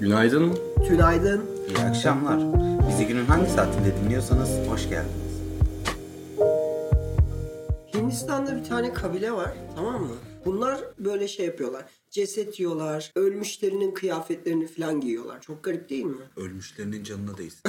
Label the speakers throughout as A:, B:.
A: Günaydın.
B: Tünaydın.
C: İyi akşamlar. Bizi günün hangi saatinde dinliyorsanız hoş geldiniz.
B: Hindistan'da bir tane kabile var tamam mı? Bunlar böyle şey yapıyorlar. Ceset yiyorlar. Ölmüşlerinin kıyafetlerini falan giyiyorlar. Çok garip değil mi?
C: Ölmüşlerinin canına değsin.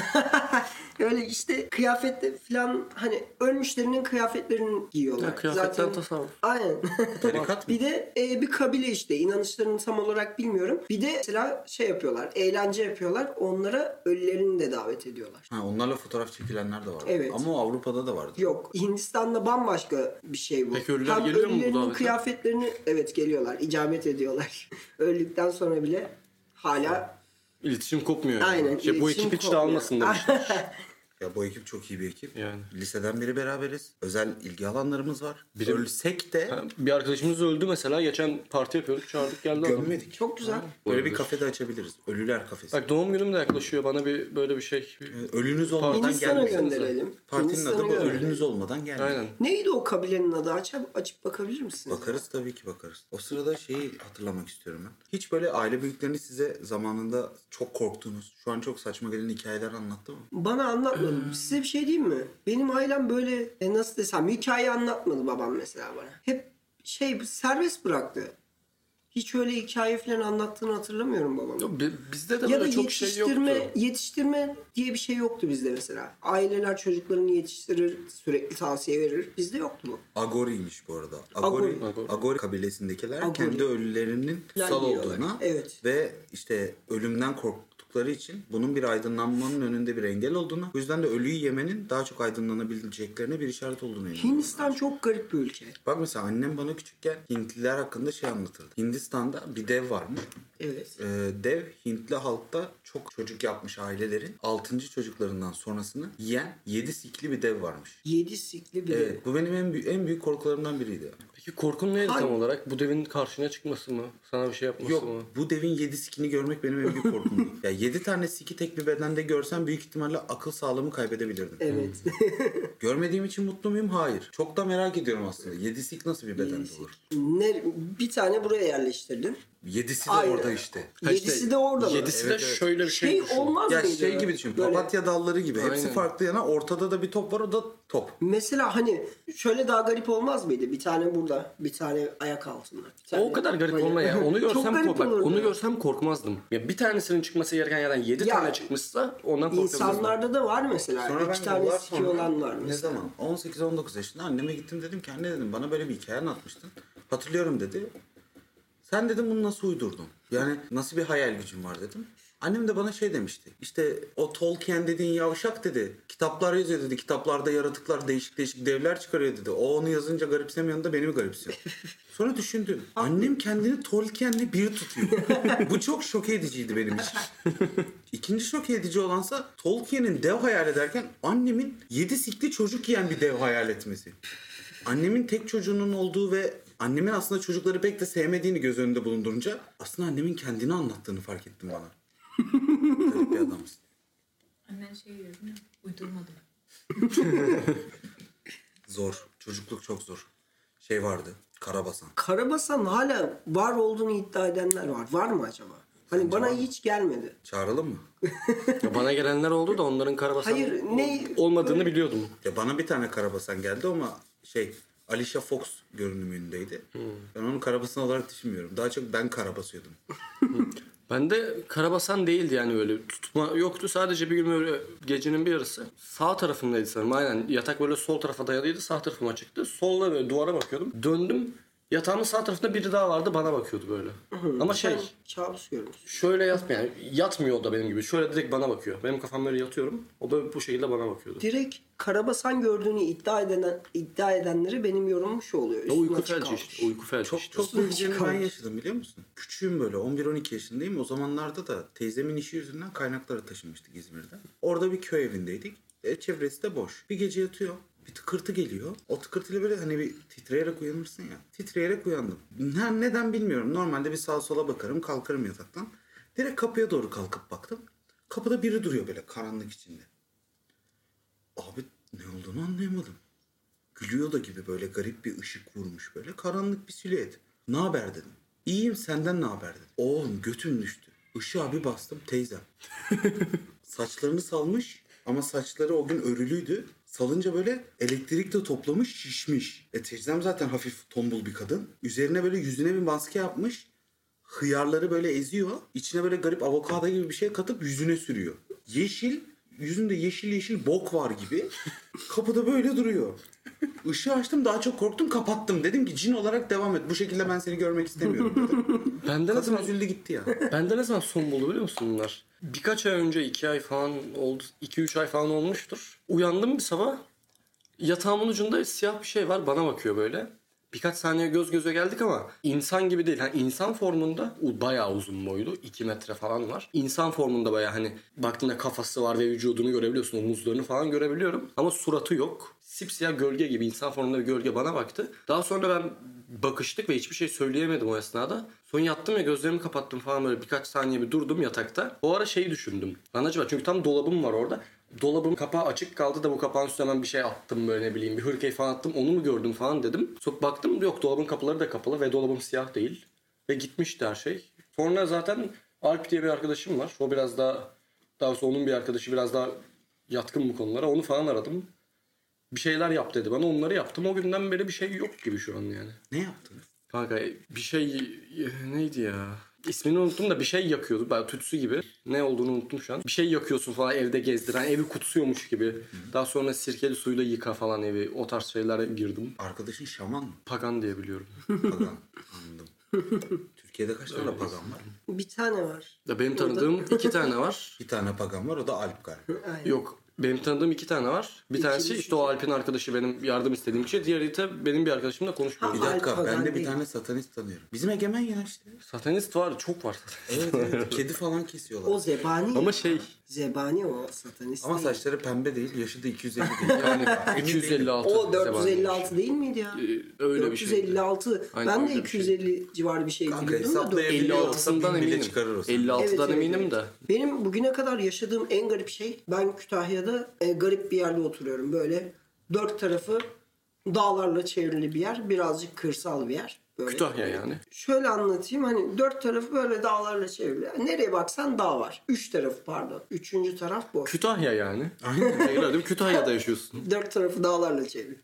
B: Öyle işte kıyafette falan hani ölmüşlerinin kıyafetlerini giyiyorlar.
A: Ya, kıyafetten
B: Zaten-
A: tasavvuf.
B: Aynen.
C: Tarikat mı?
B: bir de e, bir kabile işte inanışlarını tam olarak bilmiyorum. Bir de mesela şey yapıyorlar. Eğlence yapıyorlar. Onlara ölülerini de davet ediyorlar.
C: Ha, onlarla fotoğraf çekilenler de var.
B: Evet.
C: Ama o Avrupa'da da vardı.
B: Yok. Hindistan'da bambaşka bir şey bu.
A: Peki ölüler
B: Hem
A: geliyor mu bu
B: ölülerin
A: davete?
B: kıyafetlerini evet geliyorlar. icabet ediyorlar. Öldükten sonra bile hala
A: İletişim kopmuyor. yani.
B: aynen.
A: Şey, bu
B: iletişim
A: ekip hiç
B: kopmuyor.
A: dağılmasın demiş.
C: Ya bu ekip çok iyi bir ekip.
A: Yani.
C: Liseden beri beraberiz. Özel ilgi alanlarımız var.
A: Biri-
C: Ölsek de
B: Ah.
A: Ha, bir arkadaşımız öldü mesela. Geçen parti yapıyorduk. Çağırdık geldi adam.
C: gömmedik.
B: Çok güzel.
C: Böyle bir kafede açabiliriz. Ölüler kafesi.
A: Bak doğum günüm de yaklaşıyor. Bana bir böyle bir şey.
C: Hmm. Ölünüz olmadan
B: Hindistan'a
C: gelmeyin.
B: gönderelim.
C: Partinin
B: Hindistan'a
C: adı bu.
B: gönderelim.
C: Ölünüz olmadan gelmeyin.
A: Aynen.
B: Neydi o kabilenin adı? Açıp, açıp bakabilir misiniz?
C: Bakarız tabii ki bakarız. O sırada şeyi hatırlamak istiyorum ben. Hiç böyle aile büyüklerini size zamanında çok korktuğunuz, şu an çok saçma gelen hikayeler anlattı mı?
B: Bana anlatmadı. Size bir şey diyeyim mi? Benim ailem böyle e, nasıl desem hikaye anlatmadı babam mesela bana. Hep şey serbest bıraktı. Hiç öyle hikaye falan anlattığını hatırlamıyorum babamın.
A: Bizde de
B: Ya da
A: böyle çok şey
B: yetiştirme,
A: yoktu.
B: yetiştirme diye bir şey yoktu bizde mesela. Aileler çocuklarını yetiştirir, sürekli tavsiye verir. Bizde yoktu bu.
C: Agori'ymiş bu arada.
B: Agori.
C: Agori,
A: Agori.
C: Agori. kabilesindekiler
B: Agori.
C: kendi ölülerinin
B: Lan
C: sal
B: diyorlar.
C: olduğuna
B: Evet.
C: ve işte ölümden korktukları için bunun bir aydınlanmanın önünde bir engel olduğuna, bu yüzden de ölüyü yemenin daha çok aydınlanabileceklerine bir işaret olduğunu inanıyorum.
B: Hindistan çok garip bir ülke.
C: Bak mesela annem bana küçükken Hintliler hakkında şey anlatırdı. Hindistan'da bir dev varmış.
B: Evet.
C: Ee, dev Hintli halkta çok çocuk yapmış ailelerin 6. çocuklarından sonrasını yiyen 7 sikli bir dev varmış.
B: Yedi sikli bir
C: Evet, bu benim en, büyük en büyük korkularımdan biriydi.
A: Peki korkun neydi
B: Hayır.
A: tam olarak? Bu devin karşına çıkması mı? Sana bir şey yapması
C: Yok
A: mı?
C: bu devin 7 sikini görmek benim en büyük korkumdu. ya 7 tane siki tek bir bedende görsem büyük ihtimalle akıl sağlığımı kaybedebilirdim.
B: Evet.
C: Görmediğim için mutlu muyum? Hayır. Çok da merak ediyorum aslında. 7 sik nasıl bir bedende olur?
B: ne, bir tane buraya yerleştirdin.
C: 7'si de
B: Ayrı.
C: orada işte.
A: Ha işte,
B: Yedisi de orada mı?
A: Yedisi
C: Evet,
A: de
C: evet.
A: şöyle bir şey,
B: Şey
A: düşün.
B: olmaz
C: Ya
B: mıydı?
C: şey gibi düşün.
B: Böyle-
C: Papatya dalları gibi.
A: Aynen.
C: Hepsi farklı yana. Ortada da bir top var. O da top.
B: Mesela hani şöyle daha garip olmaz mıydı? Bir tane burada, bir tane ayak altında. bir tane
A: O kadar garip
B: böyle-
A: olma ya. Onu
B: Çok
A: görsem
B: garip
A: korkar.
B: olurdu.
A: Onu görsem korkmazdım. Ya bir tanesinin çıkması gereken yerden 7
B: Ya,
A: tane çıkmışsa ondan korkabilirdim.
B: İnsanlarda da var mesela.
C: Sonra ben
B: İki tane
C: yıllar
B: siki
C: sonra,
B: olan var
C: Ne
B: mesela.
C: zaman? 18-19 yaşında anneme gittim dedim ki anne dedim bana böyle bir hikaye anlatmıştın. Hatırlıyorum dedi. Sen dedim bunu nasıl uydurdun? Yani nasıl bir hayal gücün var dedim. Annem de bana şey demişti. İşte o Tolkien dediğin yavşak dedi. Kitaplar yazıyor dedi. Kitaplarda yaratıklar değişik değişik devler çıkarıyor dedi. O onu yazınca garipsemiyor da beni mi garipsiyor? Sonra düşündüm. Annem kendini Tolkien'le bir tutuyor. Bu çok şok ediciydi benim için. İkinci şok edici olansa Tolkien'in dev hayal ederken annemin yedi sikli çocuk yiyen bir dev hayal etmesi. Annemin tek çocuğunun olduğu ve annemin aslında çocukları pek de sevmediğini göz önünde bulundurunca aslında annemin kendini anlattığını fark ettim bana. Garip bir adamsın.
D: Annen şey diyor değil mi? Uydurmadım.
C: Zor. Çocukluk çok zor. Şey vardı. Karabasan.
B: Karabasan hala var olduğunu iddia edenler var. Var mı acaba? Hani bana hiç gelmedi.
C: Çağıralım mı?
A: Ya bana gelenler oldu da onların karabasan
B: Hayır, ne-
A: olmadığını biliyordum.
C: Ya bana bir tane karabasan geldi ama şey Alicia Fox görünümündeydi. Ben onu karabasan olarak düşünmüyorum. Daha çok ben karabasıyordum.
A: Bende karabasan değildi yani öyle tutma yoktu. Sadece bir gün böyle gecenin bir yarısı sağ tarafımdaydı sanırım aynen. Yatak böyle sol tarafa dayalıydı sağ tarafım açıktı. Solda böyle duvara bakıyordum. Döndüm yatağımın sağ tarafında biri daha vardı bana bakıyordu böyle. Ama şey
B: Ben kabus görmüş.
A: şöyle yatmıyor yani yatmıyor o da benim gibi. Şöyle direkt bana bakıyor. Benim kafam böyle yatıyorum. O da bu şekilde bana bakıyordu.
B: Direkt karabasan gördüğünü iddia eden iddia edenleri benim yorumum şu oluyor.
A: Ya
B: Üstüne
A: uyku
B: açık
A: felci
B: kalmış.
A: işte. Uyku felci
C: Çok
A: işte.
C: çok büyük bir ben
B: Çıkarmış.
C: yaşadım biliyor musun? Küçüğüm böyle 11-12 yaşındayım. O zamanlarda da teyzemin işi yüzünden kaynaklara taşınmıştık İzmir'den. Orada bir köy evindeydik. E, çevresi de boş. Bir gece yatıyor. Bir tıkırtı geliyor. O tıkırtıyla böyle hani bir titreyerek uyanırsın ya. Titreyerek uyandım. Ne, neden bilmiyorum. Normalde bir sağa sola bakarım kalkarım yataktan. Direkt kapıya doğru kalkıp baktım. Kapıda biri duruyor böyle karanlık içinde. Abi ne olduğunu anlayamadım. Gülüyor da gibi böyle garip bir ışık vurmuş böyle. Karanlık bir silüet. Ne haber dedim. İyiyim senden ne haber dedim. Oğlum götüm düştü. Işığa bir bastım teyzem. Saçlarını salmış ama saçları o gün örülüydü. Salınca böyle elektrik de toplamış şişmiş. E teyzem zaten hafif tombul bir kadın. Üzerine böyle yüzüne bir maske yapmış. Hıyarları böyle eziyor. İçine böyle garip avokado gibi bir şey katıp yüzüne sürüyor. Yeşil, yüzünde yeşil yeşil bok var gibi. Kapıda böyle duruyor. Işığı açtım daha çok korktum kapattım. Dedim ki cin olarak devam et. Bu şekilde ben seni görmek istemiyorum dedim.
A: Bende ne
C: Kadın
A: zaman,
C: üzüldü gitti ya.
A: bende ne zaman son buldu biliyor musun bunlar? Birkaç ay önce, iki ay falan oldu, iki üç ay falan olmuştur. Uyandım bir sabah, yatağımın ucunda siyah bir şey var, bana bakıyor böyle. Birkaç saniye göz göze geldik ama insan gibi değil. Yani insan formunda u- bayağı uzun boylu. 2 metre falan var. İnsan formunda bayağı hani baktığında kafası var ve vücudunu görebiliyorsun. Omuzlarını falan görebiliyorum. Ama suratı yok. Sipsiyah gölge gibi insan formunda bir gölge bana baktı. Daha sonra ben bakıştık ve hiçbir şey söyleyemedim o esnada. Sonra yattım ya gözlerimi kapattım falan böyle birkaç saniye bir durdum yatakta. O ara şeyi düşündüm. Lan acaba çünkü tam dolabım var orada. Dolabın kapağı açık kaldı da bu kapağın üstüne ben bir şey attım böyle ne bileyim bir hırkayı falan attım onu mu gördüm falan dedim. Sonra baktım yok dolabın kapıları da kapalı ve dolabım siyah değil. Ve gitmişti her şey. Sonra zaten Alp diye bir arkadaşım var. O biraz daha daha doğrusu onun bir arkadaşı biraz daha yatkın bu konulara. Onu falan aradım. Bir şeyler yap dedi bana. Onları yaptım. O günden beri bir şey yok gibi şu an yani.
C: Ne yaptınız?
A: Kanka bir şey neydi ya? İsmini unuttum da bir şey yakıyordu. Ben tütsü gibi. Ne olduğunu unuttum şu an. Bir şey yakıyorsun falan evde gezdiren. Evi kutsuyormuş gibi. Daha sonra sirkeli suyla yıka falan evi. O tarz şeylere girdim.
C: Arkadaşın şaman mı?
A: Pagan diye biliyorum.
C: Pagan. Anladım. Türkiye'de kaç tane pagan var?
B: Bir tane var.
A: Da benim tanıdığım iki tane var.
C: Bir tane pagan var o da Alp galiba.
B: Aynen.
A: Yok. Benim tanıdığım iki tane var. Bir tanesi işte o Alp'in arkadaşı benim yardım istediğim kişi. Diğeri de benim bir arkadaşımla konuşmuyor.
C: Bir
B: Alp
C: dakika
B: pagan
C: ben de bir
B: değil.
C: tane satanist tanıyorum. Bizim egemen ya işte.
A: Satanist var. Çok var.
C: Evet evet kedi falan kesiyorlar.
B: O zebani.
A: Ama şey
B: Zebani o satanist.
C: Ama
B: değil.
C: saçları pembe değil yaşı da 250 değil.
A: yani 256.
B: O
A: zebani.
B: 456 değil miydi ya?
A: e, Öyle bir şey.
B: 456.
A: Aynen
B: Ben de
A: öyle bir şey.
B: 250 civarı bir şey
C: Kanka
B: biliyordum da.
C: hesaplayabiliyorum.
A: 56'sından
C: Bin bile
A: eminim.
C: çıkarır o sene.
A: 56'dan
B: Evet, evet,
A: eminim
B: evet.
A: de.
B: Benim bugüne kadar yaşadığım en garip şey ben Kütahya'da e, garip bir yerde oturuyorum. Böyle dört tarafı dağlarla çevrili bir yer. Birazcık kırsal bir yer. Böyle.
A: Kütahya yani.
B: Şöyle anlatayım hani dört tarafı böyle dağlarla çevrili. Nereye baksan dağ var. Üç tarafı pardon. Üçüncü taraf boş.
A: Kütahya yani. Aynen. Kütahya'da yaşıyorsun.
B: Dört tarafı dağlarla çevrili.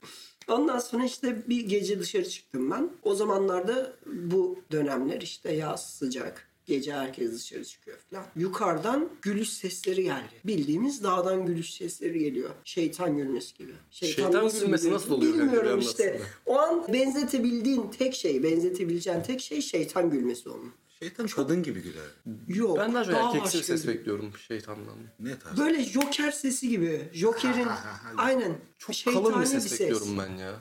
B: Ondan sonra işte bir gece dışarı çıktım ben. O zamanlarda bu dönemler işte yaz sıcak. Gece herkes dışarı çıkıyor falan. Yukarıdan gülüş sesleri geldi. Bildiğimiz dağdan gülüş sesleri geliyor. Şeytan gülmesi gibi.
A: Şeytan gülmesi
B: gülüyor?
A: nasıl oluyor?
B: Bilmiyorum
A: Yani
B: işte.
A: aslında.
B: O an benzetebildiğin tek şey, benzetebileceğin tek şey şeytan gülmesi onun.
C: Şeytan kadın gibi güler.
B: Yok.
A: Ben daha çok
B: dağ
A: erkeksi bir
B: başka
A: ses bekliyorum şeytandan.
C: Ne tarz?
B: Böyle Joker sesi gibi. Joker'in aynen çok
A: Kalın bir ses bekliyorum ben ya.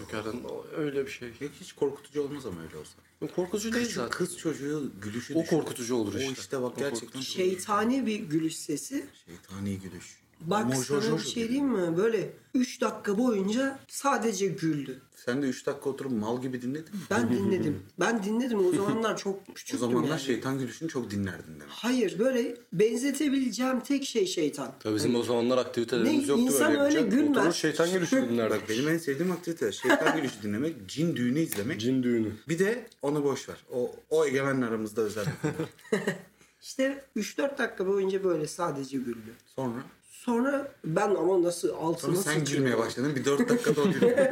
A: Yukarıdan öyle bir şey.
C: Yok, hiç korkutucu olmaz ama öyle olsa.
A: Korkutucu değil
C: Şu
A: zaten.
C: kız çocuğu gülüşü
A: O
C: düşün.
A: korkutucu olur
C: O
A: işte.
C: işte bak
A: O
C: gerçekten.
B: Şeytani bir gülüş sesi.
C: Şeytani gülüş.
B: Bak
C: Mojo
B: sana bir
C: Jojo
B: şey
C: gibi.
B: diyeyim mi? Böyle 3 dakika boyunca sadece güldü.
C: Sen de 3 dakika oturup mal gibi dinledin mi?
B: Ben dinledim. Ben dinledim. O zamanlar çok
C: O
B: küçüktüm
C: zamanlar şey-
B: yani.
C: şeytan gülüşünü çok dinlerdin demek.
B: Hayır böyle benzetebileceğim tek şey şeytan.
A: Tabii bizim o zamanlar aktivitelerimiz
B: Ne,
A: yoktu
B: insan
A: böyle
B: öyle
A: yapacak.
B: gülmez.
A: Oturur şeytan gülüşü dinlerdik.
C: Bak benim en sevdiğim aktivite şeytan gülüşü dinlemek, cin düğünü izlemek.
A: Cin düğünü.
C: Bir de onu boş ver. O, o egemenle aramızda özel. bir konu.
B: İşte 3-4 dakika boyunca böyle sadece güldü.
C: Sonra
B: Sonra ben ama nasıl
C: sonra
B: altıma
C: sen
B: sıçıyorum.
C: gülmeye başladın. Bir 4 dakikada o gülüyor.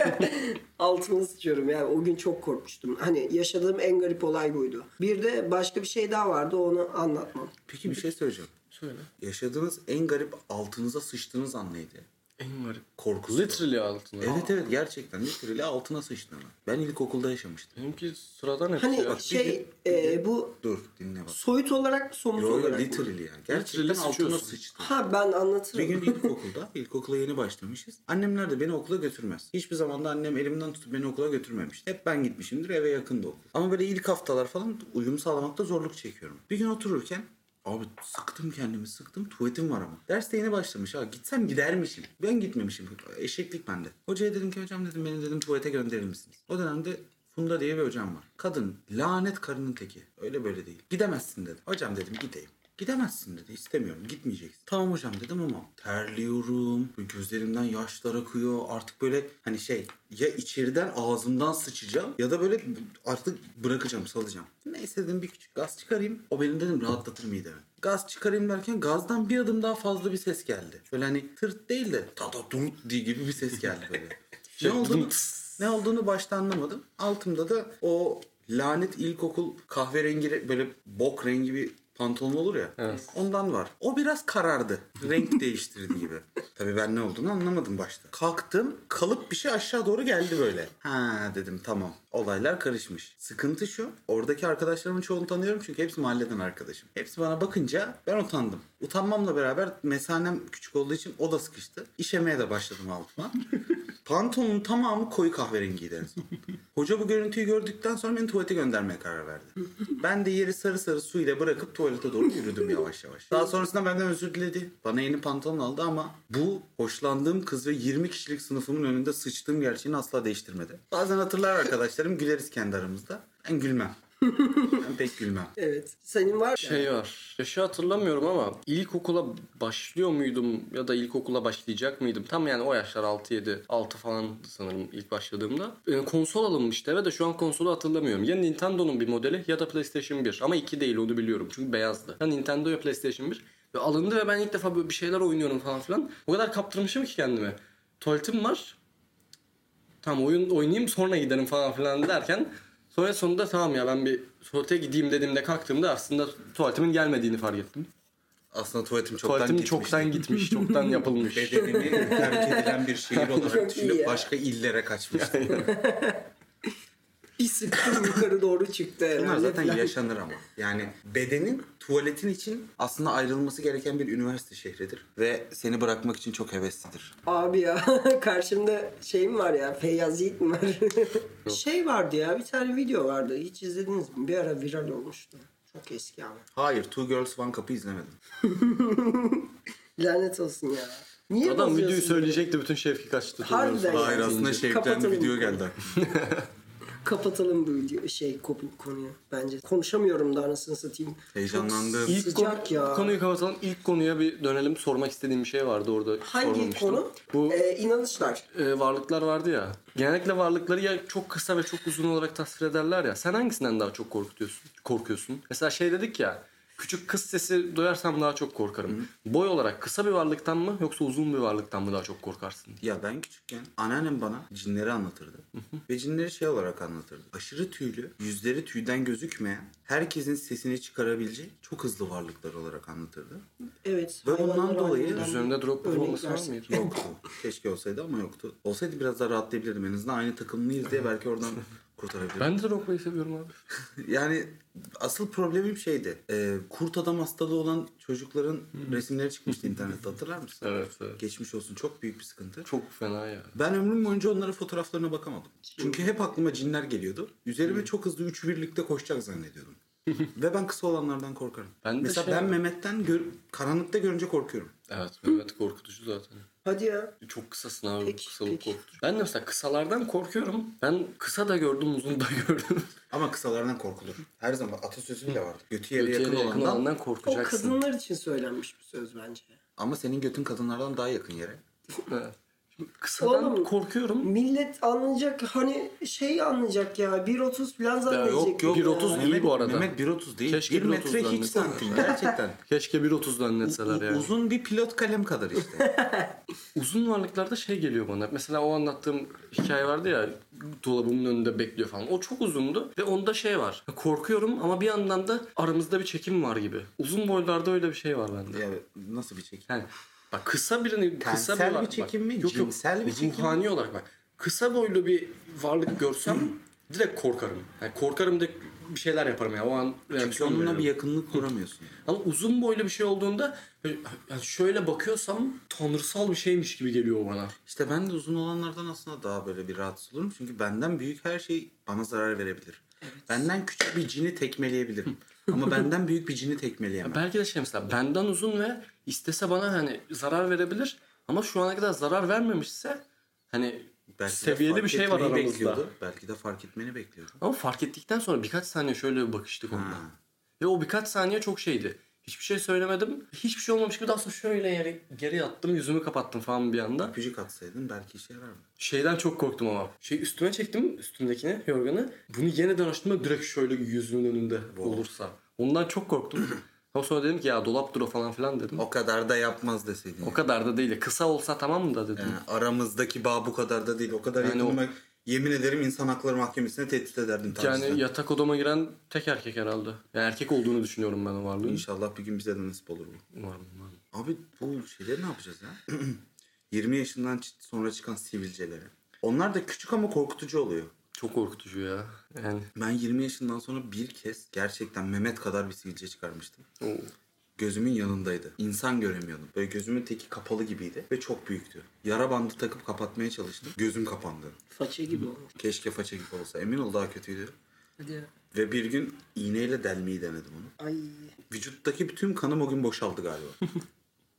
B: Altıma sıçıyorum yani o gün çok korkmuştum. Hani yaşadığım en garip olay buydu. Bir de başka bir şey daha vardı onu anlatmam.
C: Peki bir şey söyleyeceğim.
A: Söyle.
C: Yaşadığınız en garip altınıza sıçtığınız an neydi?
A: En garip.
C: Korkusu.
A: Literally altında.
C: Evet evet gerçekten literally altına sıçtığını. Ben ilkokulda yaşamıştım.
A: Benimki sıradan hepsi
B: Hani
A: ya.
B: şey
C: bir de-
B: e, bu
C: Dur dinle bak.
B: soyut olarak mı somut
C: Yo, yo,
B: olarak mı?
C: literally yani. Gerçekten
A: Literally
C: altına
A: sıçıyorsun.
C: sıçtı.
B: Ha ben anlatırım.
C: Bir gün ilkokulda, ilkokula yeni başlamışız. Annemler de beni okula götürmez. Hiçbir zaman da annem elimden tutup beni okula götürmemişti. Hep ben gitmişimdir eve yakında okul. Ama böyle ilk haftalar falan uyum sağlamakta zorluk çekiyorum. Bir gün otururken Abi sıktım kendimi sıktım tuvaletim var ama. Ders de yeni başlamış ha gitsem gidermişim. Ben gitmemişim eşeklik bende. Hocaya dedim ki hocam dedim beni dedim tuvalete gönderir misiniz? O dönemde Funda diye bir hocam var. Kadın lanet karının teki. Öyle böyle değil. Gidemezsin dedi. Hocam dedim gideyim. Gidemezsin dedi. İstemiyorum. Gitmeyeceksin. Tamam hocam dedim ama terliyorum. böyle Gözlerimden yaşlar akıyor. Artık böyle hani şey ya içeriden ağzımdan sıçacağım ya da böyle artık bırakacağım salacağım. Neyse dedim bir küçük gaz çıkarayım. O benim dedim rahatlatır midemi. Gaz çıkarayım derken gazdan bir adım daha fazla bir ses geldi. Böyle hani tırt değil de tada dut diye gibi bir ses geldi böyle. ne olduğunu, ne olduğunu başta anlamadım. Altımda da o lanet ilkokul kahverengi re- böyle bok rengi bir pantolon olur ya. Ondan var. O biraz karardı. Renk değiştirdi gibi. Tabii ben ne olduğunu anlamadım başta. Kalktım kalıp bir şey aşağı doğru geldi böyle. Ha dedim tamam. Olaylar karışmış. Sıkıntı şu. Oradaki arkadaşlarımın çoğunu tanıyorum çünkü hepsi mahalleden arkadaşım. Hepsi bana bakınca ben utandım. Utanmamla beraber mesanem küçük olduğu için o da sıkıştı. İşemeye de başladım altıma. Pantolonun tamamı koyu kahverengiydi en son. Hoca bu görüntüyü gördükten sonra beni tuvalete göndermeye karar verdi. Ben de yeri sarı sarı su ile bırakıp tuvalete doğru yürüdüm yavaş yavaş. Daha sonrasında benden özür diledi. Bana yeni pantolon aldı ama bu hoşlandığım kız ve 20 kişilik sınıfımın önünde sıçtığım gerçeğini asla değiştirmedi. Bazen hatırlar arkadaşlarım güleriz kendi aramızda. Ben gülmem. Ben pek gülmem.
B: Evet. Senin var mı?
A: Şey var. Yaşı hatırlamıyorum ama ilkokula başlıyor muydum ya da ilkokula başlayacak mıydım? Tam yani o yaşlar 6-7, 6 falan sanırım ilk başladığımda. Ee, konsol alınmıştı eve de şu an konsolu hatırlamıyorum. Ya Nintendo'nun bir modeli ya da PlayStation 1. Ama 2 değil onu biliyorum çünkü beyazdı. Ya Nintendo ya PlayStation 1. Ve alındı ve ben ilk defa böyle bir şeyler oynuyorum falan filan. O kadar kaptırmışım ki kendimi. Tuvaletim var. Tamam oyun oynayayım sonra giderim falan filan derken sonra sonunda tamam ya ben bir tuvalete gideyim dediğimde kalktığımda aslında tuvaletimin gelmediğini fark ettim.
C: Aslında tuvaletim çoktan
A: Tuvaletim
C: gitmişti.
A: çoktan gitmiş, çoktan yapılmış.
C: Bedenimi terk edilen bir şehir olarak
B: Çok iyi
C: düşünüp
B: ya.
C: başka illere kaçmıştım.
B: Bir sıktım yukarı doğru çıktı Hani herhalde.
C: Bunlar zaten
B: falan.
C: yaşanır ama. Yani bedenin tuvaletin için aslında ayrılması gereken bir üniversite şehridir. Ve seni bırakmak için çok heveslidir.
B: Abi ya karşımda şeyim var ya Feyyaz Yiğit mi var? şey vardı ya bir tane video vardı. Hiç izlediniz mi? Bir ara viral olmuştu. Çok eski ama.
C: Hayır Two Girls One Cup'ı izlemedim.
B: Lanet olsun ya. Niye
A: Adam
B: bozuyorsun
A: videoyu
B: bunu?
A: söyleyecekti bütün şevki kaçtı.
B: Harbiden ya.
C: Hayır aslında Şevk'ten bir
B: Kapatalım.
C: video geldi. aklıma.
B: Kapatalım bu video şey kop- konuyu bence. Konuşamıyorum da anasını satayım.
C: Heyecanlandım.
A: İlk
B: Sıcak
A: konu-
B: ya.
A: konuyu kapatalım. İlk konuya bir dönelim. Sormak istediğim bir şey vardı orada.
B: Hangi
A: sormamıştım.
B: konu?
A: Bu
B: Ee, inanışlar.
A: e, varlıklar vardı ya. Genellikle varlıkları ya çok kısa ve çok uzun olarak tasvir ederler ya. Sen hangisinden daha çok korkutuyorsun? Korkuyorsun. Mesela şey dedik ya. Küçük kız sesi duyarsam daha çok korkarım. Boy olarak kısa bir varlıktan mı yoksa uzun bir varlıktan mı daha çok korkarsın?
C: Ya ben küçükken anneannem bana cinleri anlatırdı. Ve cinleri şey olarak anlatırdı. Aşırı tüylü, yüzleri tüyden gözükmeyen, herkesin sesini çıkarabilecek çok hızlı varlıklar olarak anlatırdı.
B: Evet.
C: Ve ondan
B: hayvanlar
C: dolayı
B: aleminden
A: Üzerinde drop olması var
B: örnekler.
A: mıydı?
C: Yoktu. Keşke olsaydı ama yoktu. Olsaydı biraz daha rahatlayabilirdim. En azından aynı takımlıyız diye belki oradan kurtarabilirdim.
A: Ben de Drogba'yı seviyorum abi.
C: Yani asıl problemim şeydi. Ee, kurt adam hastalığı olan çocukların resimleri çıkmıştı internette hatırlar mısın?
A: Evet, evet.
C: Geçmiş olsun çok büyük bir sıkıntı.
A: Çok fena ya.
C: Ben ömrüm boyunca onların fotoğraflarına bakamadım. Çünkü hep aklıma cinler geliyordu. Üzerime çok hızlı üçü birlikte koşacak zannediyordum. Ve ben kısa olanlardan korkarım.
A: Ben de
C: Mesela
A: şey-
C: ben Mehmet'ten gör- karanlıkta görünce korkuyorum.
A: Evet Mehmet korkutucu zaten.
B: Hadi ya.
A: Çok kısasın abi.
B: Peki,
A: Kısalık
B: peki.
A: korkutucu. Ben de mesela kısalardan korkuyorum. Ben kısa da gördüm uzun da gördüm.
C: Ama kısalardan korkulur. Her zaman atasözü bile var. Götü yere
A: Öteye
C: yakın,
A: yakın,
C: olandan.
A: olandan
B: O
A: korkacaksın.
B: kadınlar için söylenmiş bir söz bence.
C: Ama senin götün kadınlardan daha yakın yere.
A: Evet. Şimdi Kısadan
B: Oğlum,
A: korkuyorum.
B: Millet anlayacak hani şey anlayacak ya 1.30 falan
A: yok,
B: zannedecek.
A: yok.
B: ya.
A: 1.30 değil bu arada.
C: Mehmet 1.30 değil.
A: Keşke
C: 1 metre
A: 1.30'dan
C: hiç
A: mesela.
C: santim gerçekten.
A: Keşke 1.30 zannetseler yani.
C: Uzun bir pilot kalem kadar işte.
A: Uzun varlıklarda şey geliyor bana. Mesela o anlattığım hikaye vardı ya dolabımın önünde bekliyor falan. O çok uzundu ve onda şey var. Korkuyorum ama bir yandan da aramızda bir çekim var gibi. Uzun boylarda öyle bir şey var bende.
C: ya, nasıl bir çekim?
A: Yani bak kısa birini kısa
C: Tensel
A: var-
C: bir
A: bak,
C: çekim mi,
A: Yok, yok,
C: cinsel bir çekim mi?
A: Ruhani olarak bak. Kısa boylu bir varlık görsem direkt korkarım. Yani korkarım da bir şeyler yaparım ya. O an
C: Çünkü
A: reaksiyon
C: onunla
A: veririm.
C: bir yakınlık kuramıyorsun.
A: Ama uzun boylu bir şey olduğunda yani şöyle bakıyorsam tanrısal bir şeymiş gibi geliyor o bana.
C: İşte ben de uzun olanlardan aslında daha böyle bir rahatsız olurum. Çünkü benden büyük her şey bana zarar verebilir. Benden küçük bir cini tekmeleyebilirim. Ama benden büyük bir cini tekmeleyemem.
A: Belki de şey mesela benden uzun ve istese bana hani zarar verebilir ama şu ana kadar zarar vermemişse hani
C: Belki de
A: seviyeli
C: fark
A: bir şey var
C: etmeyi
A: aramızda.
C: bekliyordu. Belki de fark etmeni bekliyordu.
A: Ama fark ettikten sonra birkaç saniye şöyle bir bakıştık onunla. Ve o birkaç saniye çok şeydi. Hiçbir şey söylemedim. Hiçbir şey olmamış gibi de aslında şöyle yere, geri yattım. Yüzümü kapattım falan bir anda.
C: Öpücük atsaydın belki işe yarardı.
A: Şeyden çok korktum ama. Şey üstüme çektim üstümdekini, yorganı. Bunu yeniden açtığımda direkt şöyle yüzümün önünde olursa. Ondan çok korktum. Ama sonra dedim ki ya dolap duru falan filan dedim.
C: O kadar da yapmaz deseydin.
A: O kadar da değil. Kısa olsa tamam da dedim.
C: Yani aramızdaki bağ bu kadar da değil. O kadar
A: Yani
C: yani
A: o-
C: yemin ederim insan hakları mahkemesine tehdit ederdim.
A: yani
C: tacizden.
A: yatak odama giren tek erkek herhalde. Yani erkek olduğunu düşünüyorum ben o varlığın.
C: İnşallah bir gün bize de nasip olur bu.
A: Umarım, umarım.
C: Abi bu şeyleri ne yapacağız ya? 20 yaşından çı- sonra çıkan sivilceleri. Onlar da küçük ama korkutucu oluyor.
A: Çok korkutucu ya. Yani
C: Ben 20 yaşından sonra bir kez gerçekten Mehmet kadar bir sivilce çıkarmıştım.
A: o
C: Gözümün yanındaydı. İnsan göremiyordum. Böyle gözümün teki kapalı gibiydi ve çok büyüktü. Yara bandı takıp kapatmaya çalıştım. Gözüm kapandı.
B: Faça gibi olmuş.
C: Keşke faça gibi olsa. Emin ol daha kötüydü.
B: Hadi ya.
C: Ve bir gün iğneyle delmeyi denedim onu.
B: Ay.
C: Vücuttaki bütün kanım o gün boşaldı galiba.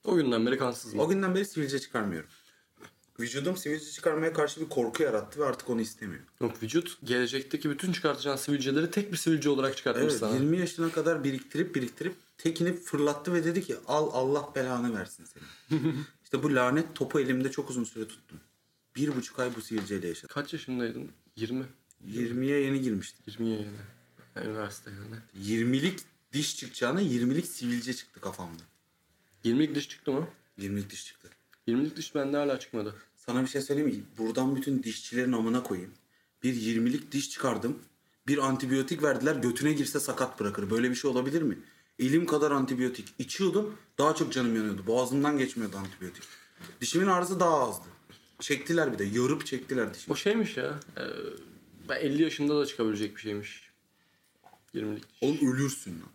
A: O günden beri kansız mı?
C: o günden beri sivilce çıkarmıyorum. Vücudum sivilce çıkarmaya karşı bir korku yarattı ve artık onu istemiyor.
A: Yok vücut gelecekteki bütün çıkartacağın sivilceleri tek bir sivilce olarak çıkartmış
C: Evet,
A: sana.
C: 20 yaşına kadar biriktirip biriktirip tekini fırlattı ve dedi ki al Allah belanı versin seni. işte bu lanet topu elimde çok uzun süre tuttum. Bir buçuk ay bu sivilceyle yaşadım.
A: Kaç yaşındaydın? 20.
C: 20'ye yeni girmiştim.
A: 20 yani. Yani Üniversite yani.
C: 20'lik diş çıkacağına 20'lik sivilce çıktı kafamda.
A: 20'lik diş çıktı mı?
C: 20'lik diş çıktı.
A: 20'lik diş bende hala çıkmadı.
C: Sana bir şey söyleyeyim mi? Buradan bütün dişçilerin amına koyayım. Bir 20'lik diş çıkardım. Bir antibiyotik verdiler. Götüne girse sakat bırakır. Böyle bir şey olabilir mi? Elim kadar antibiyotik. içiyordum. Daha çok canım yanıyordu. Boğazımdan geçmiyordu antibiyotik. Dişimin ağrısı daha azdı. Çektiler bir de. Yarıp çektiler
A: O
C: dişimi.
A: şeymiş ya. e, ben 50 yaşımda da çıkabilecek bir şeymiş. 20'lik diş.
C: Oğlum ölürsün lan.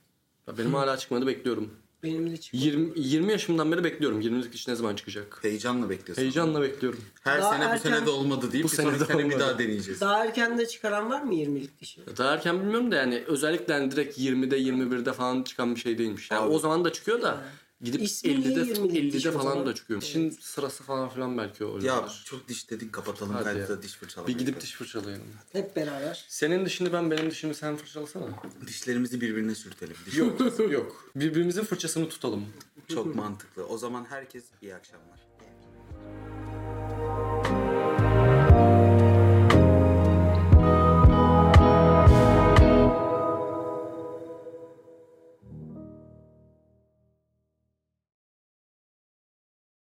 A: Ya Benim hala çıkmadı bekliyorum.
B: Benim de çıkmadı.
A: 20, 20 yaşımdan beri bekliyorum. 20'lik diş ne zaman çıkacak?
C: Heyecanla bekliyorsun.
A: Heyecanla bekliyorum.
C: Her
B: Daha
C: sene bu
B: erken-
C: sene de olmadı deyip
A: Bu
C: bir
A: sene de
C: sonraki sene bir
A: olmadı.
C: daha deneyeceğiz.
B: Daha erken de çıkaran var mı 20'lik dişi?
A: Daha erken bilmiyorum da yani özellikle hani direkt 20'de 21'de falan çıkan bir şey değilmiş. Yani
C: Abi.
A: o zaman da çıkıyor da gidip
B: İsmi niye
A: 50'de
B: 20'lik diş
A: 50'de
B: o zaman?
A: falan da çıkıyor. İşin sırası falan filan belki o.
C: Ya
A: olabilir.
C: çok diş dedik kapatalım.
A: Hadi
C: Kaydı
A: ya.
C: da diş fırçalamayı.
A: bir gidip diş fırçalayalım.
B: Hep beraber.
A: Senin dişini ben benim dişimi sen fırçalasana.
C: Dişlerimizi birbirine sürtelim. Diş
A: yok. Birbirimizin fırçasını tutalım.
C: Çok mantıklı. O zaman herkes iyi akşamlar.